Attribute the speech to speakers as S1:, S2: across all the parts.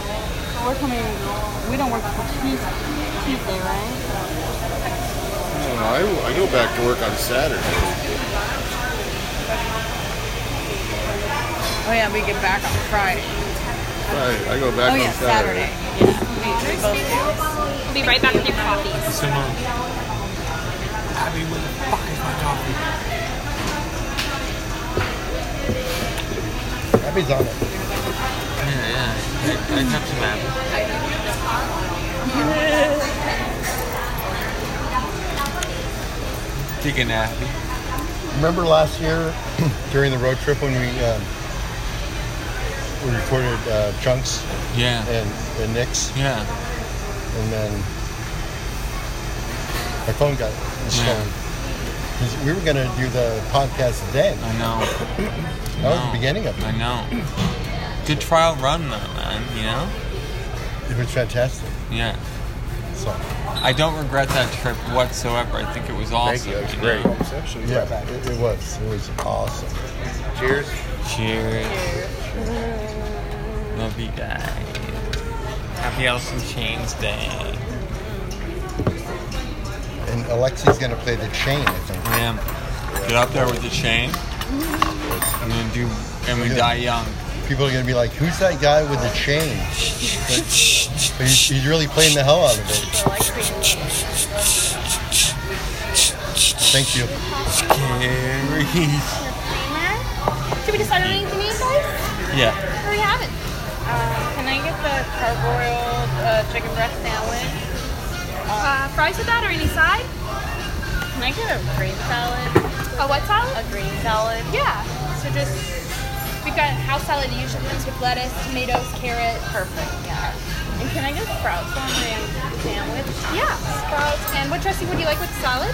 S1: we're coming. We don't work till Tuesday, Tuesday, right?
S2: I don't know. I, I go back to work on Saturday.
S1: Oh yeah, we get back on Friday.
S2: Right. I go back
S1: Oh
S2: on
S1: yeah, Saturday.
S2: Saturday.
S1: Yeah, we, we both do.
S3: We'll be right back with your coffees.
S4: Simone. Abby, where the fuck is my coffee?
S5: Abby's on it.
S4: Yeah, yeah. I, I have some Abby. Digging Abby.
S5: Remember last year during the road trip when we um, we recorded uh, chunks
S4: Yeah.
S5: and, and Nick's,
S4: Yeah.
S5: and then my phone got stolen.
S4: Yeah.
S5: 'Cause We were gonna do the podcast then.
S4: I know.
S5: That was the beginning of it.
S4: I know. Good trial run though, man. You know.
S5: It was fantastic.
S4: Yeah.
S5: So
S4: I don't regret that trip whatsoever. I think it was
S2: Thank
S4: awesome.
S2: you. That was
S4: you
S2: great.
S4: know?
S5: yeah, it, it was. It was awesome.
S2: Cheers.
S4: Cheers. Love you guys. Happy Alice in Chains Day.
S5: And Alexi's gonna play the chain, I think.
S4: Man, get up there with the chain. And then do, and we die young.
S5: People are gonna be like, "Who's that guy with the chain?" But he's, he's really playing the hell out of it. Thank you.
S4: Carries.
S3: Should we decide on anything else, guys?
S4: Yeah.
S3: Or we haven't?
S1: Uh, can I get the parboiled uh, chicken breast sandwich?
S3: Uh, fries with that or any side?
S1: Can I get a green salad?
S3: A what salad?
S1: A green salad.
S3: Yeah. So just, we've got house salad usually comes with lettuce, tomatoes, carrot.
S1: Perfect. Yeah. And can I get sprouts on my sandwich?
S3: Yeah. Sprouts. And what dressing would you like with the salad?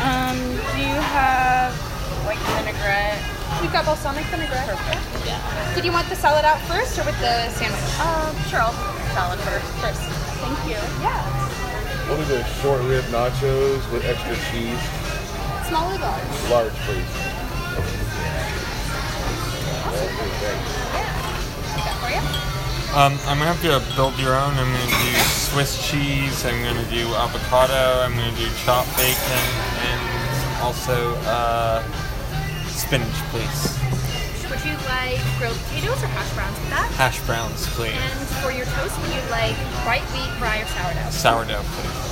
S1: Um, do you have like vinaigrette?
S3: We've got balsamic vinaigrette.
S1: Perfect. Yeah.
S3: Did you want the salad out first or with the sandwich?
S1: Um, sure. I'll salad first. First. Thank you.
S3: Yeah.
S2: What are the short rib nachos with extra cheese?
S3: Small or large?
S2: Large, please. Thanks.
S3: That for you?
S4: Um, I'm gonna have to build your own. I'm gonna do Swiss cheese. I'm gonna do avocado. I'm gonna do chopped bacon and also uh, spinach, please.
S3: Would you like grilled potatoes or hash browns with that?
S4: Hash browns, please.
S3: And for your toast, would you like white wheat, rye, or sourdough?
S4: Sourdough, please.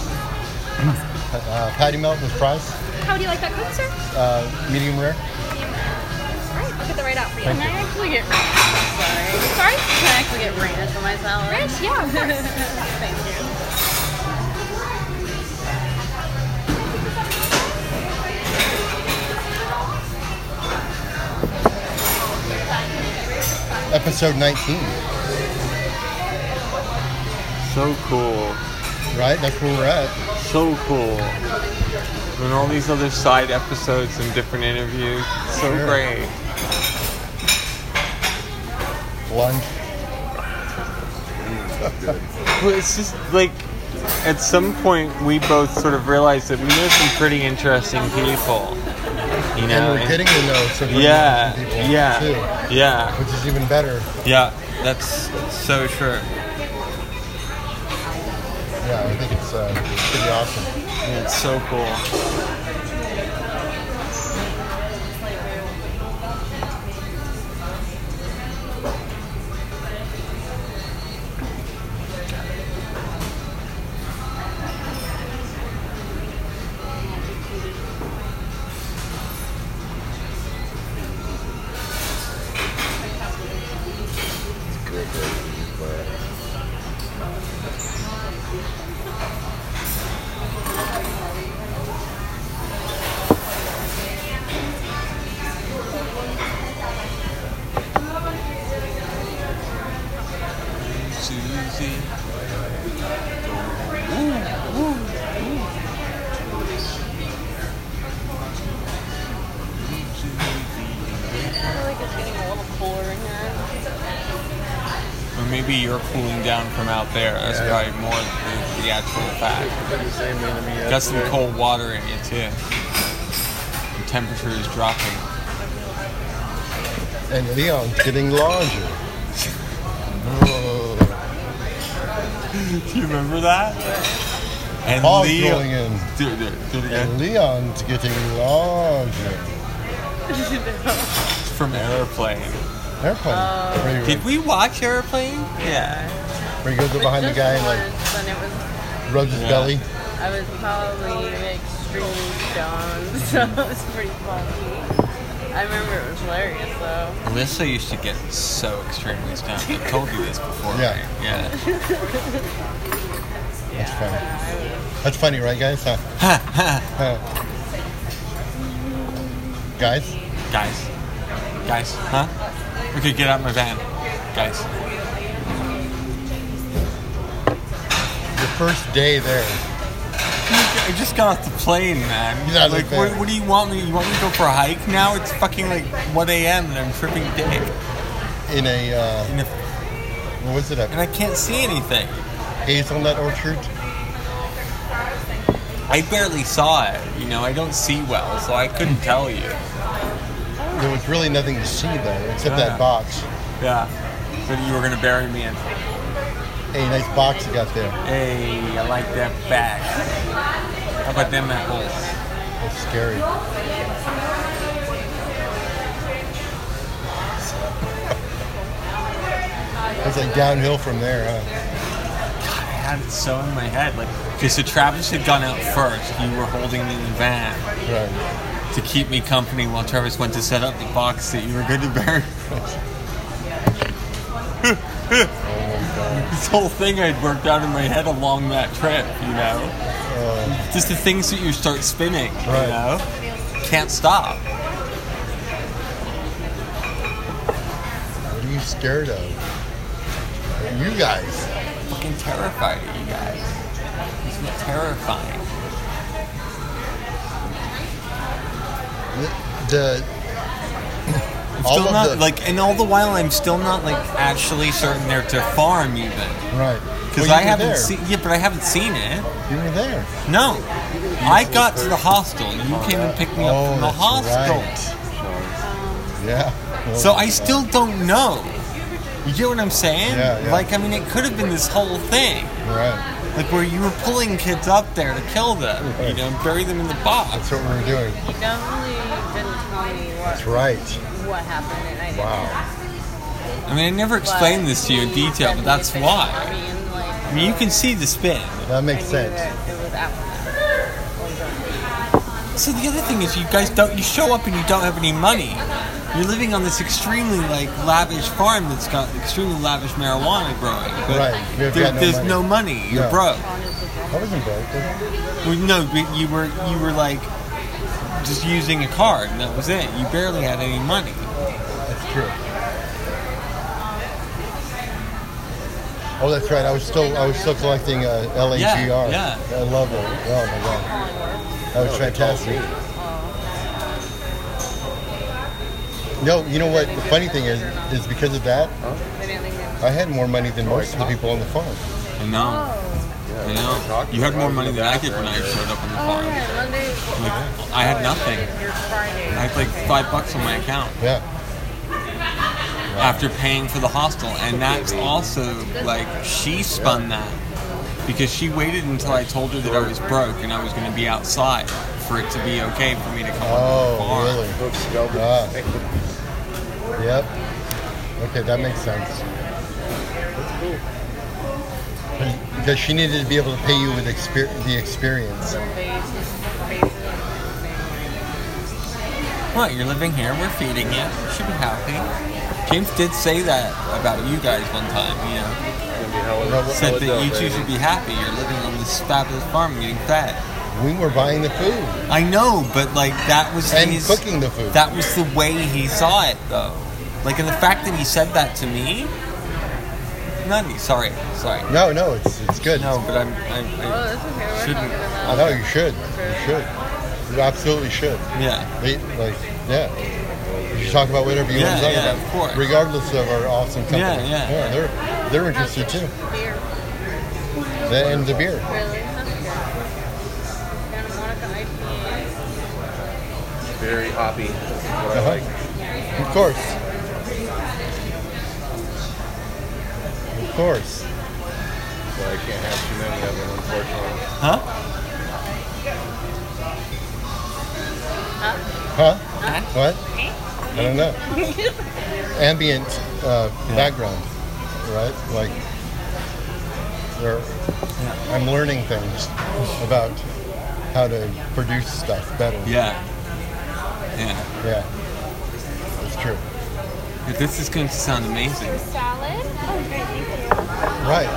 S5: Uh, patty melt with fries,
S3: How would you like that cooked, sir?
S5: uh, medium rare.
S3: All right, I'll get the right out for
S1: Can
S3: you.
S1: I actually get sorry?
S3: Sorry?
S1: Can I actually get ranch on my salad?
S3: Ranch? Yeah, of course.
S1: Thank you.
S5: Episode 19,
S4: So cool.
S5: right? That's where we're at.
S4: So cool. And all these other side episodes and different interviews. So
S5: Sure.
S4: great.
S5: Lunch.
S4: Well, it's just like at some point we both sort of realized that we know some pretty interesting people. You
S5: And
S4: know.
S5: we're getting to know some really
S4: yeah,
S5: interesting people
S4: yeah,
S5: too,
S4: yeah,
S5: which is even better.
S4: yeah. That's so true.
S5: Yeah, I think it's uh, pretty awesome.
S4: Yeah, It's so cool. Susie.
S1: I feel like it's getting a little cooler in here.
S4: Or maybe you're cooling down from out there. That's probably more the, the actual fact.
S2: Been the same enemy
S4: Got some
S2: yesterday.
S4: cold water in you too. The temperature is dropping.
S5: And Leon's getting larger. Oh,
S4: Do you remember that? And
S5: Paul's
S4: Leo-
S5: rolling in.
S4: Do it, do it, do it again.
S5: And Leon's getting larger.
S4: From Aeroplane.
S5: Airplane. where, he,
S4: Did we watch Aeroplane? Yeah.
S5: where he goes up behind the guy and like
S1: once, and it was,
S5: rubs his
S4: Yeah.
S5: belly.
S1: I was probably extremely stoned, so it was pretty funny. I remember it was hilarious though.
S4: Alyssa used to get so extremely stoned. I told you this before.
S5: Yeah.
S4: right? Yeah.
S5: That's funny. That's funny, right, guys? Huh? Huh. guys,
S4: Guys. Guys. Huh? Okay, get out of my van. Guys.
S5: your first day there.
S4: I just got off the plane, man.
S5: He's out of
S4: like,
S5: the
S4: what,
S5: van.
S4: what do you want me? You want me to go for a hike now? It's fucking like 1 a.m. and I'm tripping dick.
S5: in a uh,
S4: And, if,
S5: what was it
S4: and
S5: a
S4: I can't see anything.
S5: hazelnut orchard?
S4: I barely saw it. You know, I don't see well, so I couldn't tell you.
S5: There was really nothing to see though, except
S4: Yeah.
S5: that box.
S4: Yeah. But you were gonna bury me in.
S5: Hey, nice box you got there.
S4: Hey, I like that bag. How about them apples?
S5: That's scary. It's like downhill from there, huh?
S4: I had it so in my head. Like, okay, so Travis had gone out first. You were holding me in the van
S5: Right.
S4: to keep me company while Travis went to set up the box that you were going to bury.
S5: Oh my god.
S4: This whole thing I'd worked out in my head along that trip, you know?
S5: Uh,
S4: Just the things that you start spinning, you
S5: Right.
S4: know? Can't stop.
S5: what are you scared of? You guys.
S4: Fucking terrified of you guys. Isn't it terrifying?
S5: The
S4: I'm
S5: All
S4: still
S5: of
S4: not
S5: the-
S4: like, and all the while I'm still not like actually certain they're to farm even
S5: right.
S4: because
S5: Well, you
S4: I
S5: were
S4: haven't
S5: there.
S4: seen. Yeah, but I haven't seen it.
S5: You were there.
S4: No, I got to the hostel. You came and picked me up from the
S5: Oh, that's
S4: hostel.
S5: right. Yeah.
S4: So I still don't know. You get what I'm saying?
S5: Yeah, yeah.
S4: Like, I mean, it could have been this whole thing,
S5: Right.
S4: like where you were pulling kids up there to kill them, you
S5: Right.
S4: know, and bury them in the box.
S5: That's what we were doing.
S1: He definitely didn't tell me what
S5: That's right.
S1: what happened, and I didn't.
S5: Wow.
S4: I mean, I never explained this to you in detail, but that's why. I mean, you can see the spin.
S5: That makes sense.
S1: It was out.
S4: So the other thing is, you guys don't. You show up and you don't have any money. You're living on this extremely like lavish farm that's got extremely lavish marijuana growing. But
S5: Right, you have got no
S4: there's
S5: money.
S4: no money. You're
S5: No.
S4: broke.
S5: I wasn't broke. was I?
S4: Well, no, but you were you were like just using a card, and that was it. You barely had any money.
S5: That's true. Oh, that's right. I was still I was still collecting uh, LAGR.
S4: yeah.
S5: I love it. Oh my god, that was fantastic. No, you know what? The funny thing is, is because of that, I had more money than most of the people on the farm.
S4: I know. I know. You had more money than I did when I showed up on the
S1: Oh, Oh,
S4: farm.
S1: yeah, Monday.
S4: Like, I had nothing.
S1: Your Friday.
S4: I had like five bucks on my account.
S5: Yeah,
S4: after paying for the hostel and that's also like she spun that because she waited until I told her that I was broke and I was going to be outside for it to be okay for me to come
S5: Oh,
S4: on the farm.
S5: really? Ah. Yep. Okay, that makes sense. Because she needed to be able to pay you with exper- the experience.
S4: What, you're living here, we're feeding you, you should be happy. James did say that about you guys one time, you know.
S5: Oh,
S4: Said that you two should be happy, you're living on this fabulous farm and getting fed.
S5: We were buying the food
S4: I know, but like that was
S5: and
S4: his,
S5: cooking the food.
S4: That was the way he saw it, though. Like, and the fact that he said that to me. Not me. Sorry, sorry.
S5: no, no, it's it's good.
S4: No, but I'm. I,
S1: Oh, that's okay. We're
S4: Shouldn't-
S1: talking
S5: I
S1: about.
S5: know you should. You should. You absolutely should.
S4: I yeah.
S5: They- Like, yeah. You should talk about whatever you
S4: Yeah,
S5: want to talk
S4: yeah,
S5: about,
S4: of course.
S5: regardless of our awesome company.
S4: Yeah, yeah.
S5: they're they're interested too.
S1: Beer,
S5: That and the beer.
S1: really? That's good. Kind of Monica IPA.
S6: Very hoppy. is What I
S5: Uh-huh.
S6: like.
S5: Of course. Of course.
S6: but I can't have too many of them, unfortunately.
S4: Huh?
S5: Huh? What? I don't know. Ambient uh,
S4: Yeah.
S5: background, right? Like, there, I'm learning things about how to produce stuff better.
S4: Yeah. Yeah.
S5: Yeah. It's true.
S4: This is going to sound amazing.
S3: Salad. Oh, great, thank you.
S5: Right.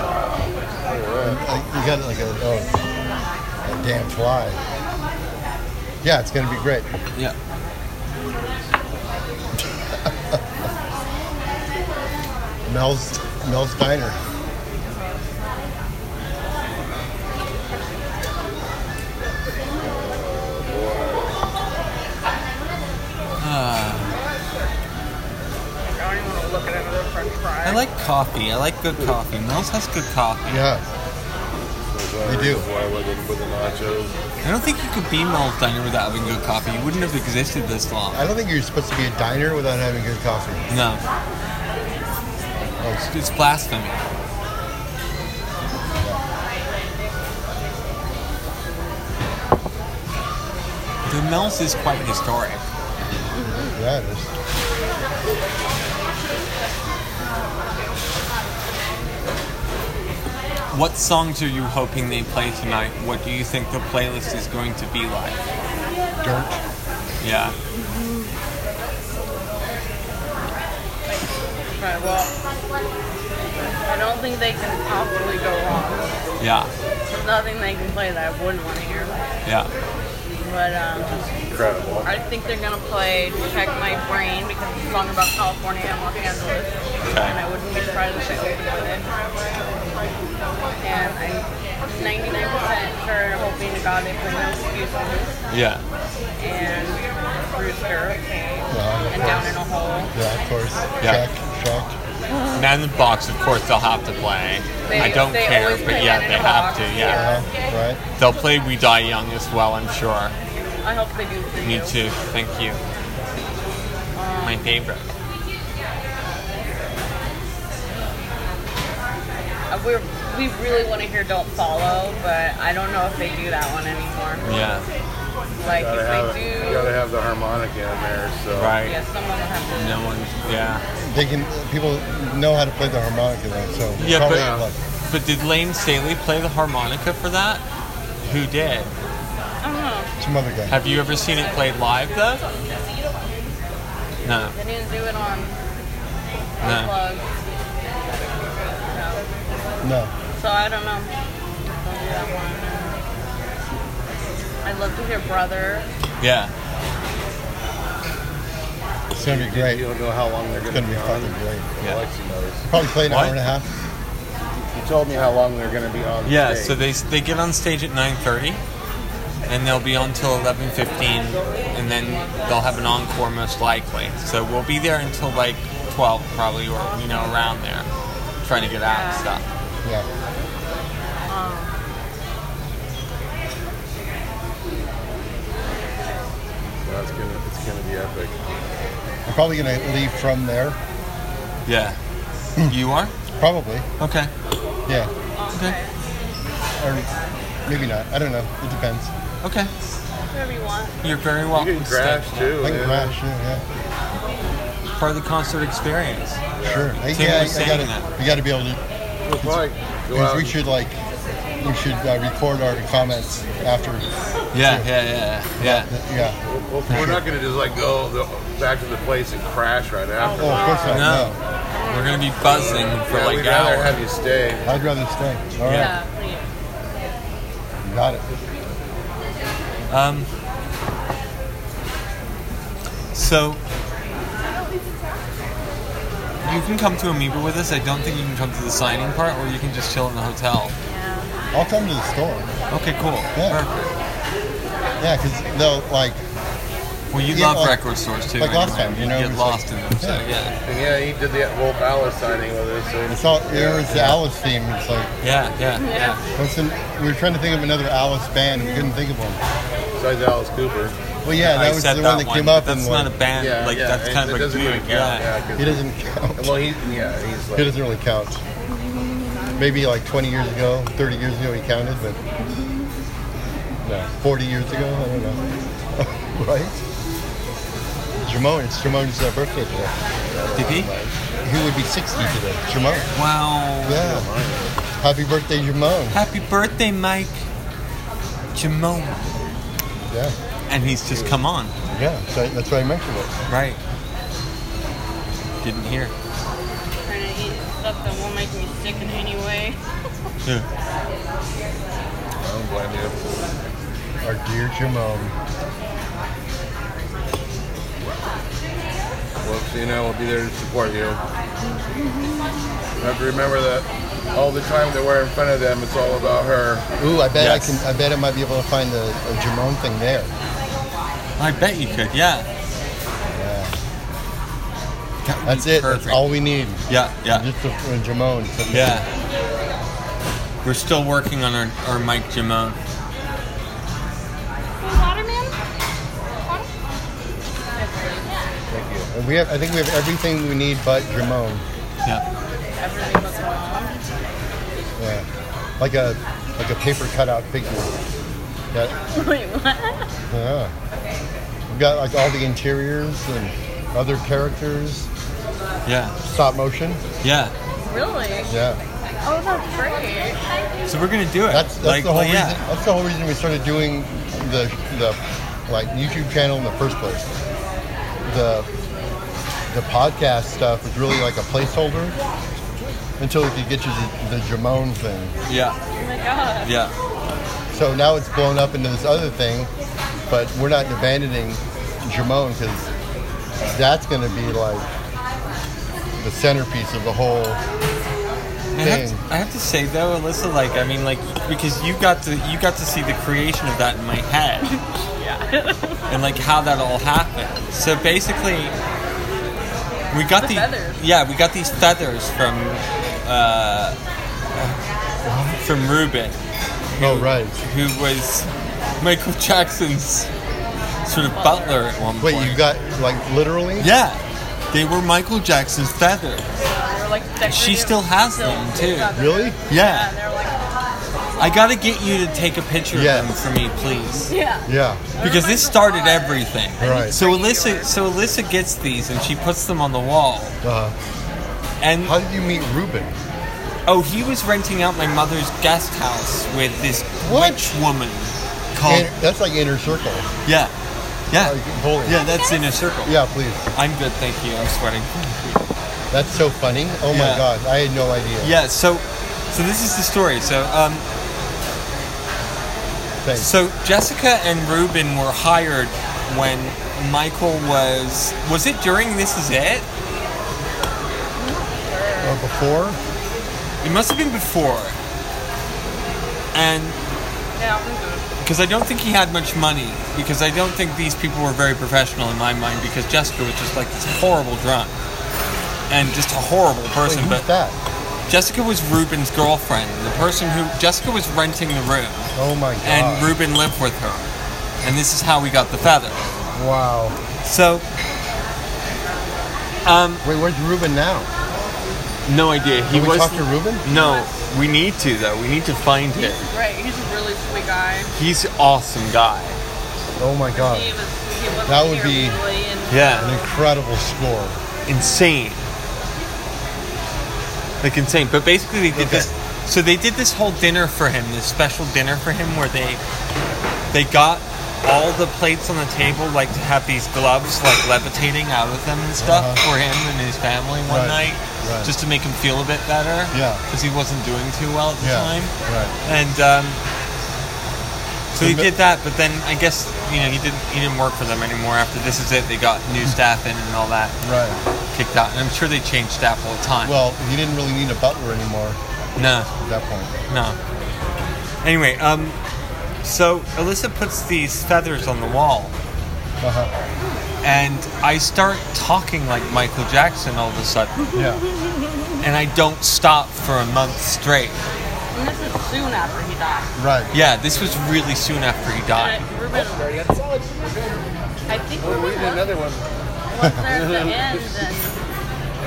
S5: Like, You got like a, oh, a damn fly. Yeah, it's going to be great.
S4: Yeah.
S5: Mel's Mel's Diner.
S4: Uh,
S1: I don't even want to look at another French fry.
S4: I like coffee. I like good coffee. Mel's has good coffee.
S5: Yeah.
S6: Those
S5: They do.
S6: are Why I went in with the nachos.
S4: I don't think you could be Mel's Diner without having good coffee. You wouldn't have existed this long.
S5: I don't think you're supposed to be a diner without having good coffee. Oh,
S4: No. It's, it's blasphemy. The Mel's is quite historic.
S5: Yeah, it is.
S4: What songs are you hoping they play tonight? What do you think the playlist is going to be like?
S5: Dirt.
S4: Yeah.
S1: Right, well, I don't think they can possibly go wrong.
S4: Yeah.
S1: There's nothing they can play that I wouldn't want to hear.
S4: Yeah.
S1: But um,
S6: Incredible.
S1: I think they're gonna play "Check My Brain" because it's a song about California and Los Angeles, and I wouldn't be surprised if they open with it. And I'm 99% sure, hoping to God, they play "No Excuses"
S4: Yeah.
S1: and "Rooster," okay,
S5: Yeah, of
S1: and "Down
S5: course.
S1: in a Hole."
S5: Yeah, of course.
S4: Yeah.
S5: Check, check.
S4: Man in the Box, of course, they'll have to play. I
S1: They-
S4: don't
S1: they
S4: care,
S1: always
S4: but
S1: play
S4: yeah,
S1: Man in
S4: they
S1: the
S4: have
S1: Box,
S4: to. Yeah.
S1: yeah.
S5: Uh, right?
S4: They'll play We Die Young as well, I'm sure.
S1: I hope they do for
S4: Me
S1: you.
S4: too. Thank you. My favorite.
S1: Uh, We're, we really want to hear "Don't Follow," but I don't know if they do that one anymore.
S4: Yeah.
S1: Like
S6: Gotta have,
S1: if
S6: it-
S1: they
S6: you
S1: do,
S6: gotta have the harmonica in there, so.
S4: Right.
S1: yeah, someone will have to.
S4: No one. Yeah.
S5: They can. People know how to play the harmonica, though. So
S4: Yeah,
S5: probably
S4: but-
S5: like,
S4: But did Lane Staley play the harmonica for that? Who did?
S1: I don't know.
S5: some other guy.
S4: Have you ever seen it played live though? No.
S1: They didn't do it on
S4: No.
S1: plug. No.
S5: No.
S1: So I don't know. Don't do that one. I'd love to hear brother.
S4: Yeah.
S5: It's gonna be
S6: You
S5: great.
S6: don't know how long they're
S5: It's
S6: gonna,
S5: gonna be
S6: on.
S5: fucking great.
S4: Yeah.
S6: Alexi knows.
S5: Probably play an
S4: What?
S5: hour and a half.
S6: You told me how long they're gonna be on.
S4: Yeah.
S6: stage.
S4: So they they get on stage at 9:30, and they'll be on till 11:15, and then they'll have an encore most likely. So we'll be there until like 12 probably, or you know around there, trying to get out and stuff.
S5: Yeah.
S6: That's gonna, it's gonna be epic.
S5: I'm probably gonna leave from there.
S4: Yeah. You are?
S5: Probably.
S4: Okay.
S5: Yeah.
S4: Okay.
S5: Or maybe not. I don't know. It depends.
S6: Oh,
S4: Okay.
S1: Whatever you want.
S4: You're very
S6: You
S4: welcome.
S6: can
S4: to stay.
S6: crash too.
S5: I can
S6: yeah.
S5: crash. Yeah.
S4: Part of the concert experience.
S5: yeah. Sure. I,
S4: Tim
S5: yeah, I,
S4: was
S5: I
S4: saying
S5: gotta.
S4: that.
S5: We gotta be able to.
S6: We'll probably go
S5: Because
S6: out.
S5: we should like. We should uh, record our comments after.
S4: Yeah. Yeah. Yeah. Yeah.
S5: Yeah.
S6: We'll, we'll- we're not gonna just like go the, back to the place and crash right after.
S5: Oh, of course not.
S4: No.
S5: No.
S4: We're gonna be buzzing for
S6: yeah,
S4: like
S6: we'd rather
S4: hours.
S6: have you stay.
S5: I'd rather stay. All right.
S1: Yeah, uh, please.
S5: Got it.
S4: Um, so you can come to Amoeba with us. I don't think you can come to the signing part, or you can just chill in the hotel.
S5: I'll come to the store.
S4: Okay, cool,
S5: Yeah.
S4: perfect.
S5: Yeah, because they'll like
S4: Well, you
S5: Yeah,
S4: love
S5: like-
S4: record stores too.
S5: like last
S4: anyway.
S5: time, you know, it
S4: get
S5: was
S4: lost
S5: like-
S4: in them. So yeah,
S6: And yeah, he did the Wolf Alice signing with us. So
S5: it's all it was the Alice theme. It's like
S4: yeah, yeah, yeah.
S5: what's an, we were trying to think of another Alice band. and We couldn't think of one.
S6: besides Alice Cooper.
S5: Well, yeah, that
S4: I
S5: was the
S4: said
S5: one
S4: that
S5: that
S4: one,
S5: came up.
S4: but That's
S5: and
S4: not
S5: won.
S4: a band.
S6: Yeah,
S4: like
S6: yeah,
S4: that's
S6: it-
S4: kind of a
S6: it doesn't
S4: group.
S6: really count. Yeah, 'cause-
S5: He doesn't count.
S6: well, he yeah, he's
S5: He
S6: like
S5: doesn't really count.
S6: he
S5: maybe like 20 years ago, 30 years ago, he counted, but no, 40 years ago, I don't know. right? Jamone, it's Jamone's uh, birthday today.
S4: Did he?
S5: He would be 60 today. Jamone.
S4: Wow.
S5: Yeah. Happy birthday, Jamone.
S4: Happy birthday, Mike. Jamon.
S5: Yeah.
S4: And he's just come on.
S5: Yeah, so that's why I mentioned it.
S4: Right. Didn't hear.
S1: Trying to eat stuff that won't make me sick in any way.
S6: I don't blame you.
S5: Our dear Jamone.
S6: Well, you know, we'll be there to support you. Have to remember that all the time that we're in front of them, it's all about her.
S5: Ooh, I bet I
S4: Yes.
S5: can. I bet I might be able to find the a Jamone thing there.
S4: I bet you could. Yeah. That would
S5: That's
S4: be
S5: it.
S4: Perfect.
S5: That's all we need.
S4: Yeah. Yeah.
S5: Just a, a Jamone.
S4: Yeah. We're still working on our, our Mike Jamon.
S3: Waterman? Water?
S5: Thank you. And we have. I think we have everything we need but Jamone.
S4: Yeah.
S1: Everything was wrong.
S5: Yeah. Like a like a paper cutout figure. Yeah.
S1: Wait, what?
S5: yeah. We've got like all the interiors and other characters.
S4: Yeah.
S5: Stop motion.
S4: Yeah.
S1: Really?
S5: Yeah.
S1: Oh, that's great.
S4: So we're gonna do it.
S5: That's, that's
S4: like,
S5: the whole
S4: well, yeah.
S5: reason. That's the whole reason we started doing the the like YouTube channel in the first place. The the podcast stuff was really like a placeholder until we could get you the, the Jamone thing.
S4: Yeah.
S1: Oh my god.
S4: Yeah.
S5: So now it's blown up into this other thing, but we're not abandoning Jamone because that's going to be like the centerpiece of the whole.
S4: I have,
S5: Thing.
S4: to, I have to say though, Alyssa, like I mean, like because you got to you got to see the creation of that in my head. and like how that all happened. So basically, we got
S1: The
S4: the
S1: feathers.
S4: yeah, we got these feathers from uh, from Ruben,
S5: Oh right.
S4: who was Michael Jackson's sort of butler at one
S5: Wait,
S4: point.
S5: you got like literally?
S4: yeah, they were Michael Jackson's feathers.
S1: They were like
S4: She still has
S1: decorative
S4: them,
S1: pieces.
S4: too.
S1: Yeah,
S5: Really?
S4: Yeah,
S1: they're like,
S4: I gotta get you to take a picture
S5: Yes.
S4: of them for me, please.
S1: yeah.
S5: Yeah.
S4: Because this started everything.
S5: Right.
S4: So Alyssa, so Alyssa gets these and she puts them on the wall.
S5: Uh,
S4: And
S5: How did you meet Ruben?
S4: Oh, he was renting out my mother's guest house with this
S5: What?
S4: witch woman called.
S5: Inner- that's like inner circle.
S4: yeah, yeah,
S5: Like, holy.
S4: yeah. That's in a circle.
S5: Yeah, please.
S4: I'm good, thank you. I'm sweating.
S5: That's so funny. Oh my
S4: Yeah.
S5: god, I had no idea.
S4: Yeah. So, so this is the story. So, um,
S5: Thanks.
S4: so Jessica and Ruben were hired when Michael was. Was it during This Is It?
S5: Or Oh, before?
S4: It must have been before. And
S1: Yeah, I'm good.
S4: because I don't think he had much money because I don't think these people were very professional in my mind because Jessica was just like this horrible drunk and just a horrible
S5: Wait,
S4: person.
S5: who's
S4: but
S5: that?
S4: Jessica was Ruben's girlfriend, the person who Jessica was renting the room
S5: Oh my god.
S4: and Ruben lived with her, and this is how we got the feather.
S5: Wow.
S4: So, um,
S5: Wait, where's Ruben now?
S4: no idea. He
S5: Can we
S4: was
S5: talk to Ruben?
S4: no. We need to though. We need to find him.
S1: He's great. He's a really sweet guy.
S4: He's an awesome guy.
S5: Oh my god.
S1: He was, he wasn't
S5: That would
S1: here
S5: be-
S1: really, and
S5: An
S4: Yeah,
S5: incredible score.
S4: insane. Like insane. But basically, they did
S5: Okay.
S4: this. So they did this whole dinner for him, this special dinner for him, where they they got all the plates on the table like to have these gloves like levitating out of them and stuff
S5: Uh-huh.
S4: for him and his family one
S5: Right,
S4: night,
S5: right.
S4: just to make him feel a bit better.
S5: Yeah.
S4: because he wasn't doing too well at the
S5: Yeah.
S4: time.
S5: Right.
S4: And um, so he
S5: And the-
S4: did that, but then I guess you know he didn't he didn't work for them anymore after this is it. They got new staff in and all that
S5: Right.
S4: kicked out, and I'm sure they changed staff all the time.
S5: Well, he didn't really need a butler anymore
S4: no,
S5: at that point.
S4: no. Anyway, um, so Alyssa puts these feathers on the wall,
S5: Uh-huh.
S4: and I start talking like Michael Jackson all of a sudden,
S5: Yeah.
S4: and I don't stop for a month straight.
S1: and this is soon after he died.
S5: Right.
S4: Yeah, this was really soon after he
S5: Uh,
S4: died.
S1: And Ruben, I think we
S6: We
S1: were
S6: need another one.
S1: there at the end, and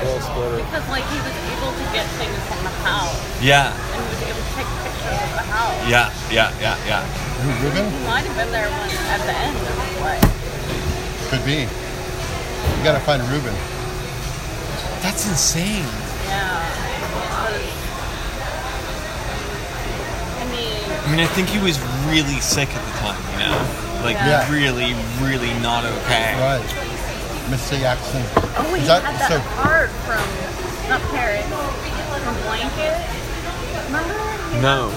S4: We'll split it.
S1: Because like he was able to get things from the house
S4: Yeah,
S1: and he was able to take pictures of the house.
S4: yeah, yeah, yeah, yeah.
S1: He might have been there when, at the end of the play.
S5: Could be. You gotta find Ruben.
S4: That's insane.
S1: Yeah. But it's- I mean,
S4: I mean, I think he was really sick at the time, you know? Like,
S5: Yeah.
S4: really, really not okay.
S5: Right. Mr. Jackson.
S1: oh, he
S5: Is that-
S1: had that
S5: so-
S1: card from not Parrot, from Blanket. Remember? He
S4: No.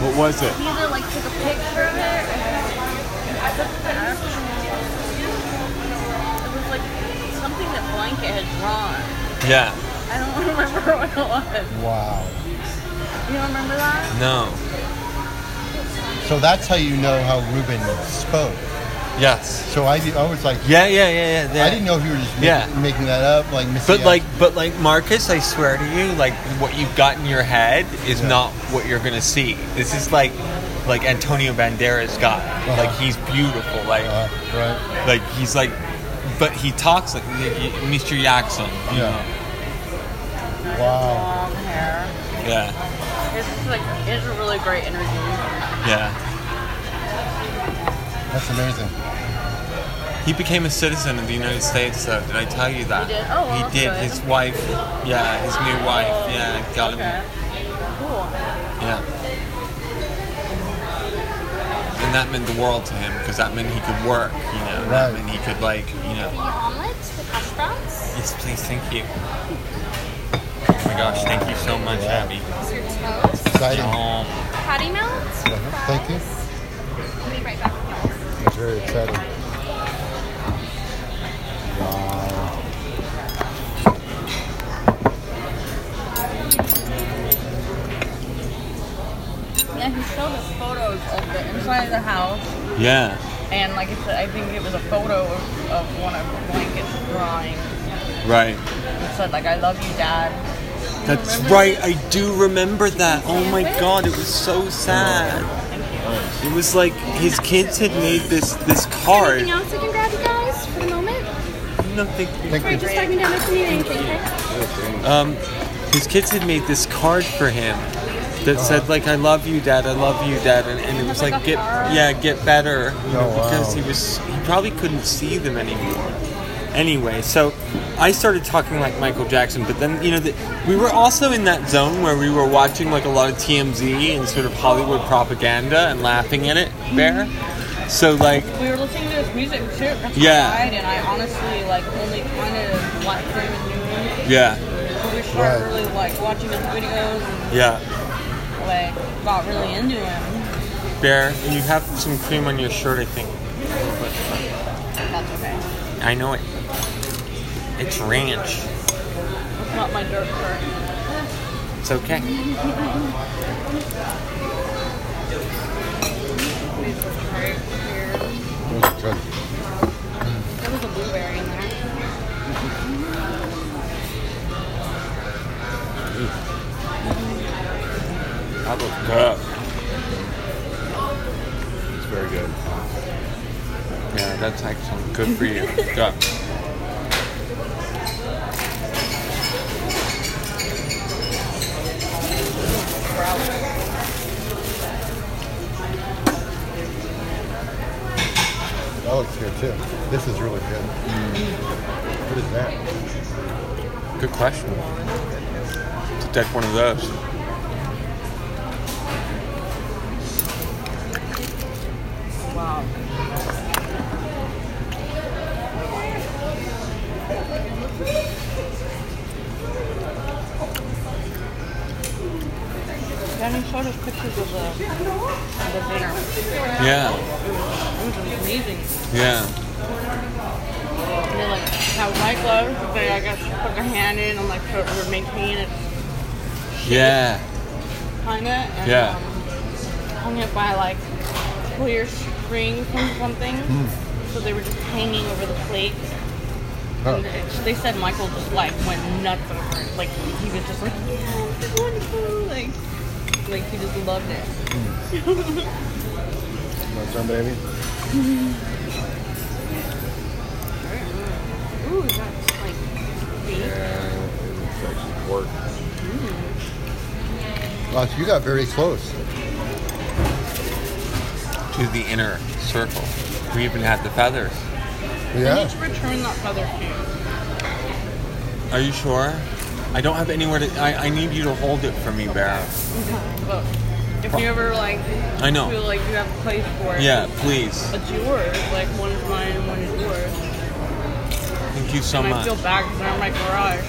S4: What was it?
S1: either like took a picture of it or I took the actual. It was like something that Blanket had drawn.
S4: Yeah.
S1: I don't remember what it was.
S5: Wow.
S1: You don't remember that?
S4: No.
S5: So that's how you know how Ruben spoke.
S4: Yes.
S5: So I, I was like,
S4: Yeah, yeah, yeah, yeah.
S5: I didn't know if you were just making,
S4: Yeah.
S5: making that up, like Mr.
S4: But
S5: Jackson.
S4: like, but like Marcus, I swear to you, like what you've got in your head is not what you're gonna see. This is like, like Antonio Banderas guy.
S5: Uh-huh.
S4: Like he's beautiful. Like,
S5: Uh, right.
S4: like he's like, but he talks like y- y- Mr. Jackson. you
S5: Yeah. Wow.
S1: Long hair.
S4: know? Yeah.
S1: It's just like it's a really great energy.
S4: Yeah.
S5: That's amazing.
S4: He became a citizen of the United States, though. Did I tell you that?
S1: He did? Oh, well,
S4: he did.
S1: that's good. Oh.
S4: His wife. Yeah, his new wife. Yeah, got him.
S1: Okay. Cool.
S4: Yeah. And that meant the world to him because that meant he could work, you know. That
S5: Right.
S4: meant he could, like, you know.
S3: omelet with hash browns.
S4: Yes, please, thank you. Oh my gosh, thank you so much, Abby.
S3: Is your toast?
S5: Exciting.
S4: Um,
S3: Patty melt.
S5: Uh-huh. Thank you.
S3: fries. I'll be right back. with y'all.
S5: That's very exciting. Wow.
S1: Yeah, he showed us photos of the inside of the house,
S4: yeah.
S1: and like I said, I think it was a photo of, of one of Blanket's drawings.
S4: Right.
S1: It said like, "I love you, Dad."
S4: That's right. I do remember that. Oh my god, it was so sad. It was like his kids had made this this card.
S3: Anything else I can grab you guys for the moment?
S4: Nothing.
S5: Thank
S3: Or
S5: you.
S3: just let me know if you need anything, okay?
S4: um, his kids had made this card for him that said like I love you dad I love you dad and, and it was like get yeah get better you know,
S5: Oh, wow.
S4: because he was he probably couldn't see them anymore anyway so I started talking like Michael Jackson but then you know the, we were also in that zone where we were watching like a lot of TMZ and sort of Hollywood propaganda and laughing at it there
S5: Mm-hmm.
S4: so like
S1: We were listening to his music too. outside,
S4: Yeah.
S1: And I honestly like only kind of watched him and knew him.
S4: yeah
S1: So we started
S5: Right.
S1: really like watching his videos and
S4: yeah
S1: like got really into him.
S4: Bear you have some cream on your shirt I think
S1: That's okay.
S4: I know it. It's ranch.
S1: It's not my dirt shirt.
S4: It's okay.
S5: That's good.
S3: There was a blueberry in there.
S4: That looks good.
S6: It's very good.
S4: Yeah, that's excellent. Good for you. Good.
S5: That looks good too. This is really good. What is that?
S4: Good question. To take one of those.
S1: Wow. Danny showed us pictures of the, of the dinner.
S4: Yeah.
S1: It was amazing.
S4: Yeah.
S1: And then, like, how my gloves, but I guess she put her hand in and, like, so it would maintain its
S4: Yeah.
S1: climate. And,
S4: Yeah.
S1: Um, hung it by, like, clear string from something.
S4: Hmm.
S1: So they were just hanging over the plate.
S5: Oh,
S1: And it- They said Michael just like went nuts over it. Like he was just like, yeah, this is wonderful. Like, like he just loved it.
S5: want some, baby?
S1: Ooh, that's like be.
S6: it's actually pork.
S5: Wow, so you got very close.
S4: To the inner circle. We even had the feathers.
S1: I
S5: Yeah.
S1: need to return that feather fan.
S4: Are you sure? I don't have anywhere to. I, I need you to hold it for me, Barrow.
S1: Look, if you ever like
S4: I know.
S1: feel like you have a place for it,
S4: Yeah, please.
S1: it's yours. Like one is mine and one is yours.
S4: Thank you so
S1: and I
S4: much.
S1: feel bad because they're in my garage. I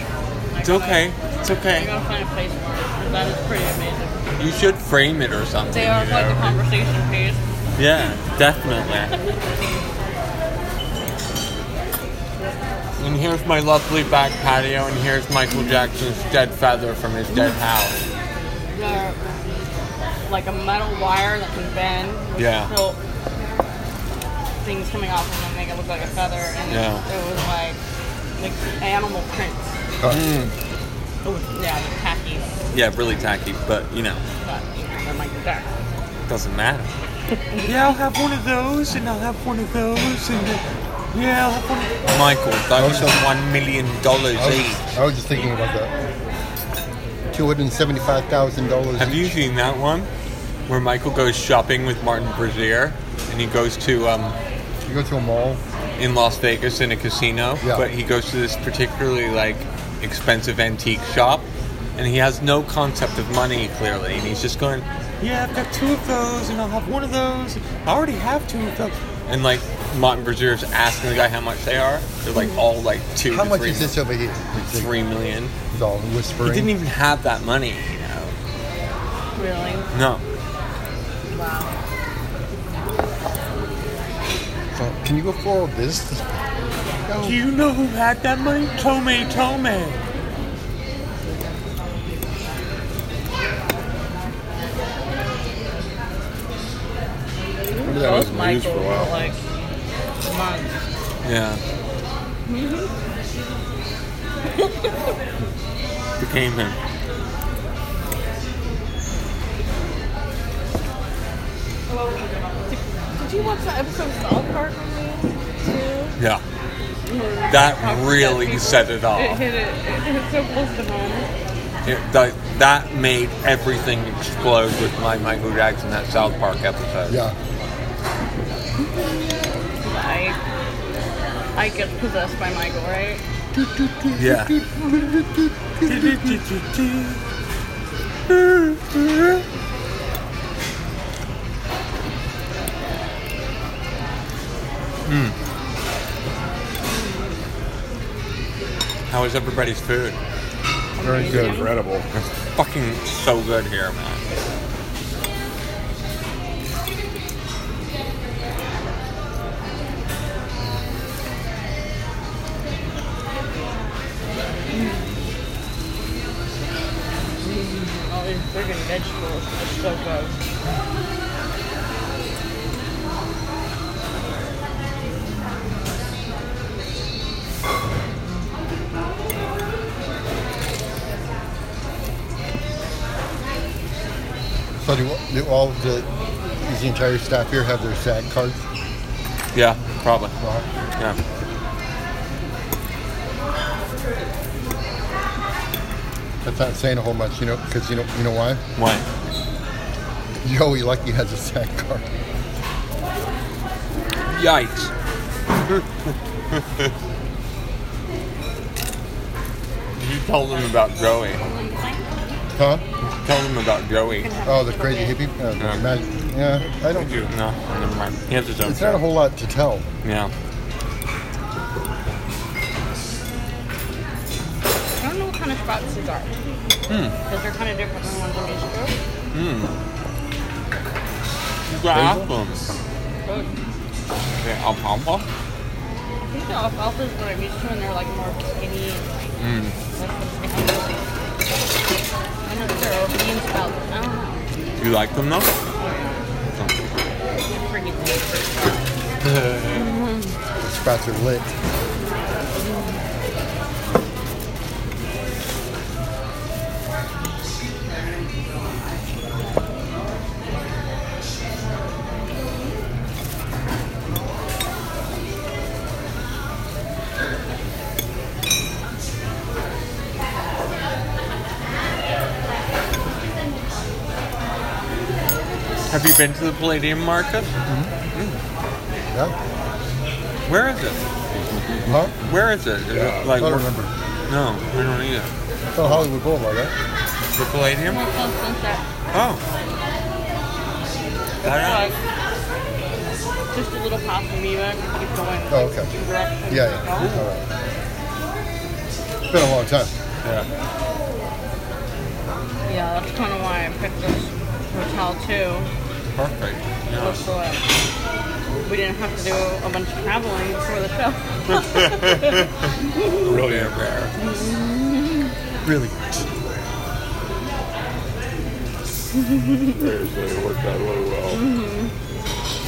S4: It's
S1: gotta-
S4: okay. It's
S1: I
S4: okay.
S1: gotta find a place for it. That is pretty amazing.
S4: You should frame it or something.
S1: They are
S4: you
S1: like
S4: know?
S1: a conversation piece.
S4: Yeah, definitely. and here's my lovely back patio, and here's Michael Jackson's dead feather from his dead house.
S1: They're like a metal wire that can bend. with
S4: Yeah.
S1: silk Things coming off of them make it look like a feather, and
S4: Yeah.
S1: it was like like animal prints. Oh yeah, they're tacky,
S4: Yeah, really tacky, but you know,
S1: but you know, they're like dark.
S4: doesn't matter. yeah, I'll have one of those, and I'll have one of those, and yeah, I'll have one. Of- Michael, those Oh.
S5: Also-
S4: are one million dollars
S5: I was,
S4: each.
S5: I was just thinking about that. Two hundred seventy-five thousand dollars.
S4: Have you seen that one where Michael goes shopping with Martin Brazier, and he goes to um,
S5: You go to a mall.
S4: in Las Vegas in a casino,
S5: Yeah.
S4: but he goes to this particularly like expensive antique shop, and he has no concept of money clearly, and he's just going, "Yeah, I've got two of those, and I'll have one of those. I already have two of those." And like Martin Brazier is asking the guy how much they are. They're like all like two.
S5: How
S4: to
S5: much
S4: three
S5: is this
S4: mil-
S5: over here? It's like-
S4: Three million.
S5: It's all
S4: He
S5: whispering.
S4: didn't even have that money, you know.
S1: Really?
S4: No.
S1: Wow.
S5: So, Can you go for all this?
S4: Do you know who had that money? Tomei Tomei.
S6: Remember that
S1: Those
S6: was in the news for
S1: Michaels
S6: a
S1: were
S6: while.
S1: like months.
S4: Yeah. Became him.
S1: Did you watch that episode of South Park? too?
S4: Yeah.
S1: Where
S4: That
S1: they talked to
S4: really
S1: dead people?
S4: said it all.
S1: It hit it. It hit so close to home.
S4: It, that, that made everything explode with my Michael Jackson, that South Park episode.
S5: Yeah.
S1: I I get possessed by Michael, right?
S4: Yeah. Hmm. Mm. How is everybody's food?
S5: Very good.
S6: Incredible.
S4: Fucking so good here, man.
S1: All these freaking vegetables are so good.
S5: So do, do all of the is the entire staff here have their SAG cards?
S4: Yeah, probably.
S5: Wow.
S4: Yeah.
S5: That's not saying a whole much, you know, because you know you know why?
S4: Why?
S5: Joey Lucky has a SAG card.
S4: Yikes. you tell them about Joey.
S5: Huh?
S4: Tell them about Joey.
S5: Oh, the crazy hippie. Uh,
S4: Yeah.
S5: mag- yeah. I don't.
S4: No, never mind. He has his own
S5: It's not a
S4: show.
S5: whole lot to tell.
S4: Yeah.
S1: I don't know what kind of spots these are. Hmm. Because they're kind of different than the ones in Mexico.
S4: You got apples.
S1: Good.
S4: Okay, alfalfa?
S1: I think the alfalfa's what I'm used to, and they're like more skinny. And, like,
S5: Hmm.
S1: I know that they're all bean sprouts. I don't know.
S4: You like them though?
S1: They're freaking delicious.
S5: The spots are lit.
S4: Have you been to the Palladium Market?
S5: Yeah.
S4: Where is it?
S5: Huh?
S4: Where is it? Is
S6: Yeah,
S4: it like
S5: I don't
S4: where-
S5: remember.
S4: No, I don't either.
S5: It's on Hollywood Boulevard, right?
S4: The Palladium?
S1: More close sunset.
S4: Oh. I don't-
S1: Like, just a little past me, but I can keep going.
S5: Oh, okay.
S1: Two directions.
S5: Yeah, yeah. All right. It's been a long time.
S4: Yeah.
S1: Yeah, that's kind of why I picked this hotel too.
S4: Perfect. Yeah.
S1: Just so that we didn't have to do a bunch of traveling before the show.
S4: Really rare.
S5: Really.
S6: Seriously, it worked out really well.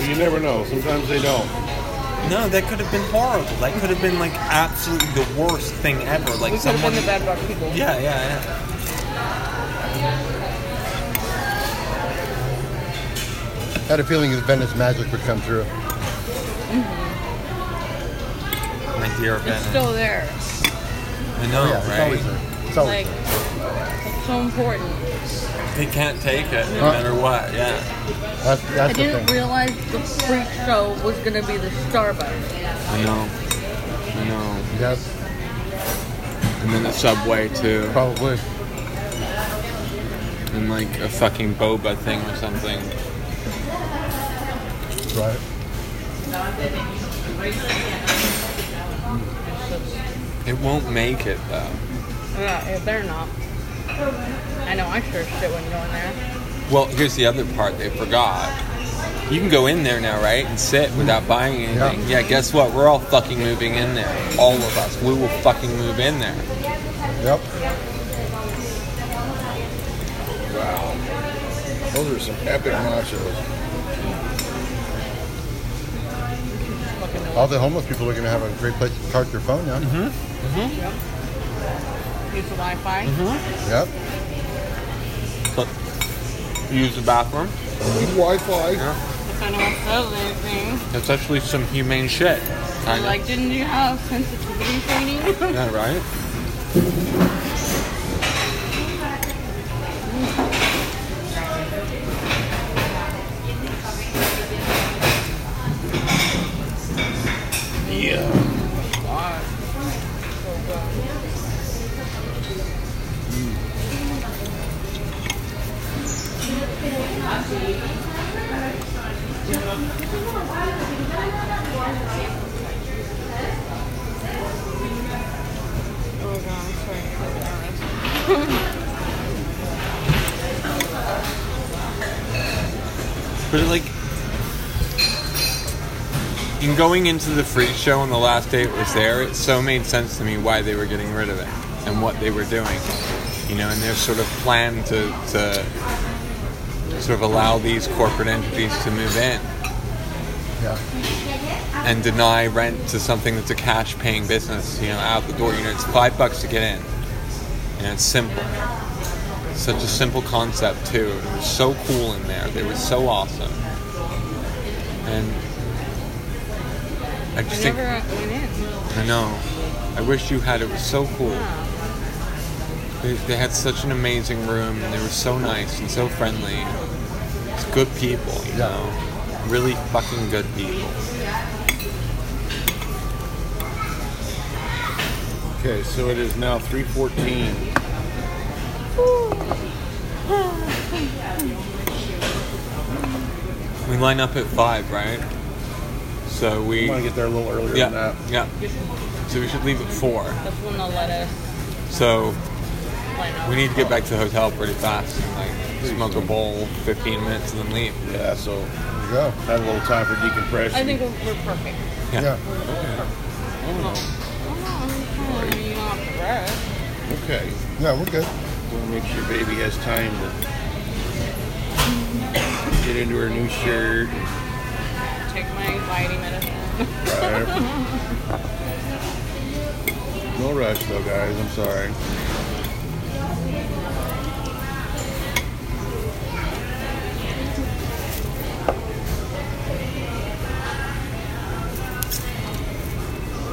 S6: You never know. Sometimes they don't.
S4: No, that could have been horrible. That could have been like absolutely the worst thing ever. Like
S1: We could have
S4: someone.
S1: been the bad rock people.
S4: Yeah, yeah, yeah.
S5: Had a feeling that Venice magic would come through.
S4: My dear
S1: It's
S4: Ben.
S1: still there.
S4: I know,
S5: yeah, it's always
S4: Oh, right?
S5: there. It's always
S1: Like,
S5: there.
S1: it's so important.
S4: They can't take it no
S5: Huh?
S4: matter what. Yeah.
S5: That's,
S1: I
S5: that's the
S1: didn't
S5: thing.
S1: realize the freak show was gonna be the Starbucks.
S4: I know. I know.
S5: Yes,
S4: And then a subway too,
S5: probably.
S4: and like a fucking boba thing or something.
S5: Right.
S4: It won't make it though.
S1: Yeah, it better not. I know, I sure as shit wouldn't go in there.
S4: Well, here's the other part they forgot. You can go in there now, right, and sit without buying anything. Yeah. guess what? We're all fucking moving in there. All of us. We will fucking move in there.
S5: Yep.
S6: Those are some epic nachos.
S5: All the homeless people are going to have a great place to park their phone now.
S4: Mm-hmm.
S1: Use the Wi-Fi.
S5: Yep.
S4: But use the bathroom.
S5: Wi-Fi.
S1: If anyone says anything,
S4: That's actually some humane shit.
S1: I
S4: Kind
S1: like, didn't you have sensitivity training?
S4: Yeah, right?
S1: God. So good. Oh god, I'm sorry. I'm nervous.
S4: But like, in going into the freak show on the last day it was there, it so made sense to me why they were getting rid of it and what they were doing. You know, and their sort of plan to, to sort of allow these corporate entities to move in
S5: Yeah.
S4: and deny rent to something that's a cash paying business, you know, out the door. You know, it's five bucks to get in. You know, it's simple. Such a simple concept too. It was so cool in there. They were so awesome. And I
S1: I
S4: just think
S1: never uh, went in.
S4: I know. I wish you had it was so cool. They, they had such an amazing room and they were so nice and so friendly. It's good people, you
S5: Yeah.
S4: know. Really fucking good people.
S6: Okay, so it is now 314.
S4: We line up at five, right? So
S6: We
S4: we
S6: want to get there a little earlier than
S4: yeah
S6: that.
S4: yeah. So we should leave at four.
S1: That's when they'll let us
S4: So
S1: line up.
S4: we need to get back to the hotel pretty fast and like smoke a bowl, fifteen minutes, and then leave.
S6: Yeah, so
S5: There you go.
S6: have a little time for decompression.
S1: I think we're, we're perfect.
S4: Yeah.
S5: Yeah.
S1: Oh, you don't have to rush.
S6: okay.
S5: Yeah, we're good.
S6: We'll make sure baby has time to get into her new shirt.
S1: Take my anxiety medicine.
S6: no rush though, guys. I'm sorry.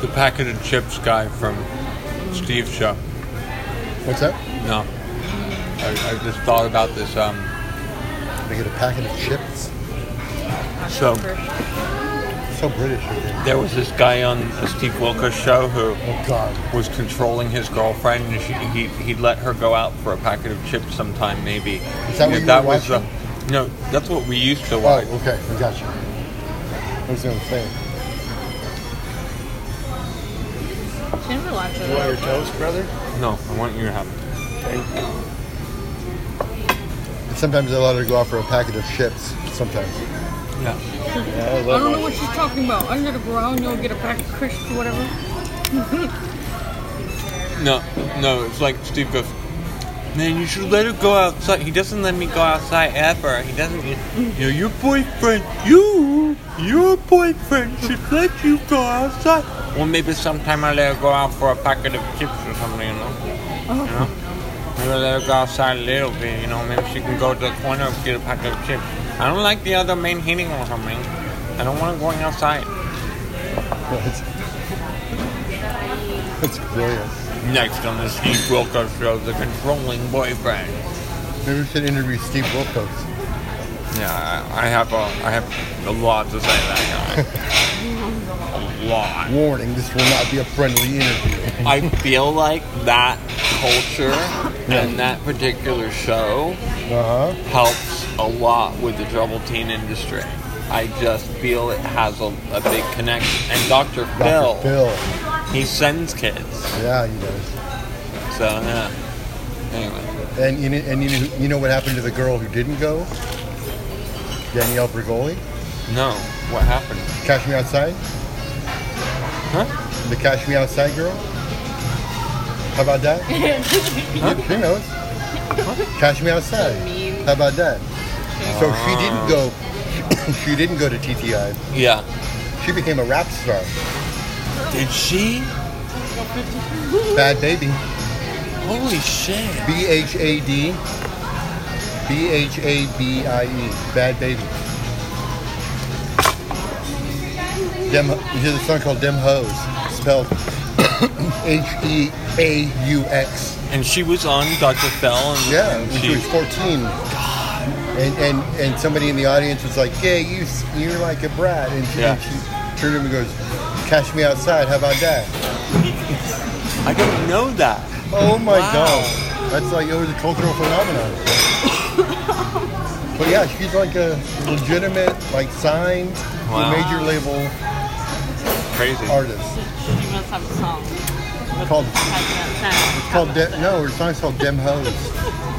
S4: The packet of chips guy from Steve's show.
S5: What's that?
S4: No, I, I just thought about this um,
S5: They get a packet of chips.
S4: So
S5: So British again.
S4: there was this guy on the Steve Wilkos show who
S5: Oh God.
S4: was controlling his girlfriend, and she, he he'd let her go out for a packet of chips sometime, maybe.
S5: Is that what you were
S4: was the-
S5: watching?
S4: no, that's what we used to
S5: Oh,
S4: watch.
S5: okay. I got you. I was gonna say.
S1: She never watched
S2: You want your
S1: it.
S2: toast, brother?
S4: No, I want you to have. it.
S5: Sometimes they let her go out for a packet of chips. Sometimes.
S4: Yeah.
S2: Yeah, I
S1: I
S2: love
S1: don't know
S2: it.
S1: what she's talking about. I gotta go out and go get a pack of crisps or whatever.
S4: No, no, it's like Steve goes. Man, you should let her go outside. He doesn't let me go outside ever. He doesn't. You know, your boyfriend, you, your boyfriend should let you go outside. Well, maybe sometime I let her go out for a packet of chips or something, you know. You know? Maybe I'll let her go outside a little bit, you know. Maybe she can go to the corner and get a packet of chips. I don't like the other man hitting on her, man. I don't want her going outside.
S5: That's, that's brilliant.
S4: Next on the Steve Wilkos show, the controlling boyfriend.
S5: Maybe we should interview Steve Wilkos.
S4: Yeah, I, I have a, I have a lot to say that guy. a lot.
S5: Warning: This will not be a friendly interview.
S4: I feel like that culture and that particular show
S5: Uh huh.
S4: helps a lot with the trouble teen industry. I just feel it has a, a big connection. And Dr. Phil,
S5: Dr. Phil.
S4: he sends kids.
S5: Yeah, he does.
S4: So, yeah. Anyway.
S5: And you know, and you know, you know what happened to the girl who didn't go? Danielle Brigoli.
S4: No. What happened?
S5: Cash me outside.
S4: Huh?
S5: The cash me outside girl. How about that? She knows. Cash me outside. How about that? So she didn't go. she didn't go to TTI.
S4: Yeah.
S5: She became a rap star.
S4: Did she?
S5: Bad baby.
S4: Holy shit.
S5: B H A D. B H A B I E. Bad baby. Dem. He has a song called Dem Hoes, spelled H E A U X.
S4: And she was on Dr. Phil. And,
S5: Yeah,
S4: and
S5: when she was 14. And, and and somebody in the audience was like, "Yeah, you s- you're like a brat," and she,
S4: Yeah.
S5: and she turned to him and goes, "Cash me outside. How about that?"
S4: I don't know that.
S5: Oh my
S4: Wow.
S5: god, that's like it was a cultural phenomenon. but yeah, she's like a legitimate, like signed,
S4: Wow.
S5: major label
S4: Crazy.
S5: artist.
S1: She must have a song. With
S5: Called-
S1: the type of sound.
S5: It's called De- no, her song's called Dem Hoes,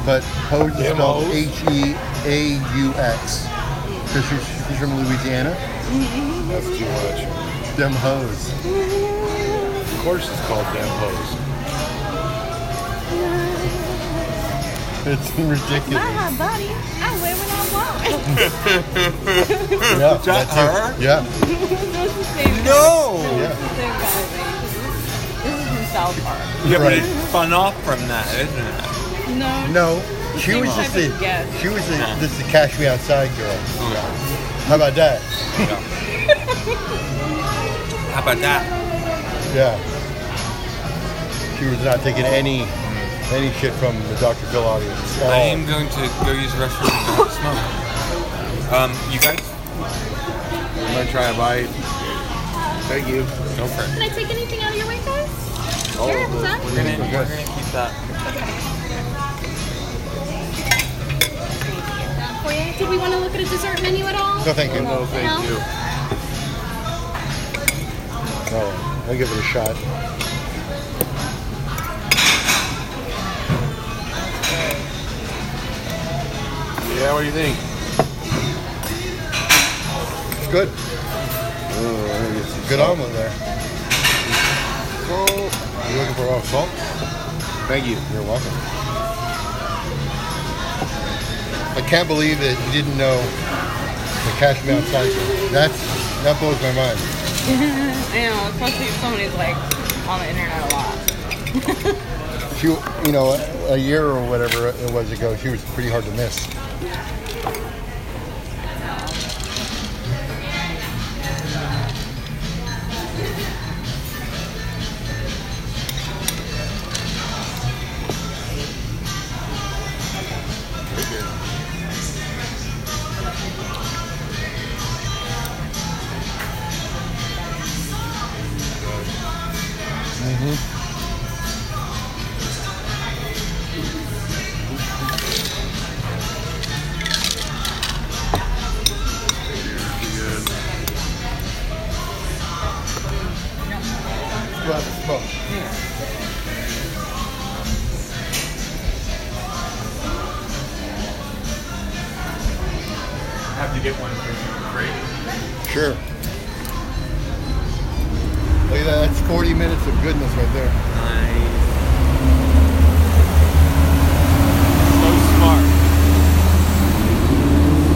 S5: but Hoes is
S2: Dem
S5: spelled
S2: Hoes?
S5: H E A U X because she's, she's from Louisiana.
S2: That's too much.
S5: Dem Hoes.
S2: Of course it's called damn hose.
S5: It's ridiculous.
S3: My body, I wear what I want.
S5: Yeah,
S4: Is that
S5: that's it.
S4: her?
S5: Yeah,
S1: This is the same guy.
S4: No!
S1: This
S5: yeah.
S1: is the same guy, right? This is from South Park.
S4: Yeah, but
S5: Right.
S4: it's spun off from that, isn't it?
S1: No.
S5: No, she
S1: Same
S5: was
S1: type
S5: just
S1: of
S5: a
S1: guess.
S5: she was a,
S4: Yeah.
S5: this is a cash me outside girl.
S4: Yeah.
S5: How about that?
S4: How about that?
S5: Yeah. She was not taking any any shit from the Dr. Phil audience.
S4: I
S5: at
S4: am going to go use the restroom and have a smoke. Um, you guys?
S2: I'm gonna try a bite. Thank you.
S4: Go for it.
S3: Can I take anything out of your way, guys?
S2: Oh,
S3: Here, have some.
S4: We're gonna, we're gonna keep that.
S3: That for you. Did we want to look at a dessert menu at all?
S5: all. No, thank you.
S2: no,
S3: No.
S2: thank you.
S5: No, I'll give it a shot.
S2: Yeah, what do you think?
S5: It's good. Good omelet there.
S2: Oh,
S5: You looking for all salt?
S2: thank you.
S5: You're welcome. I can't believe that you didn't know the cash me outside. girl. That's that blows my mind.
S1: I know, especially if somebody's like on the internet a lot.
S5: She, you know, a, a year or whatever it was ago, she was pretty hard to miss. people have to smoke.
S4: Have to get one for you, great.
S5: Sure. Look at that. That's 40 minutes of goodness right there.
S4: Nice.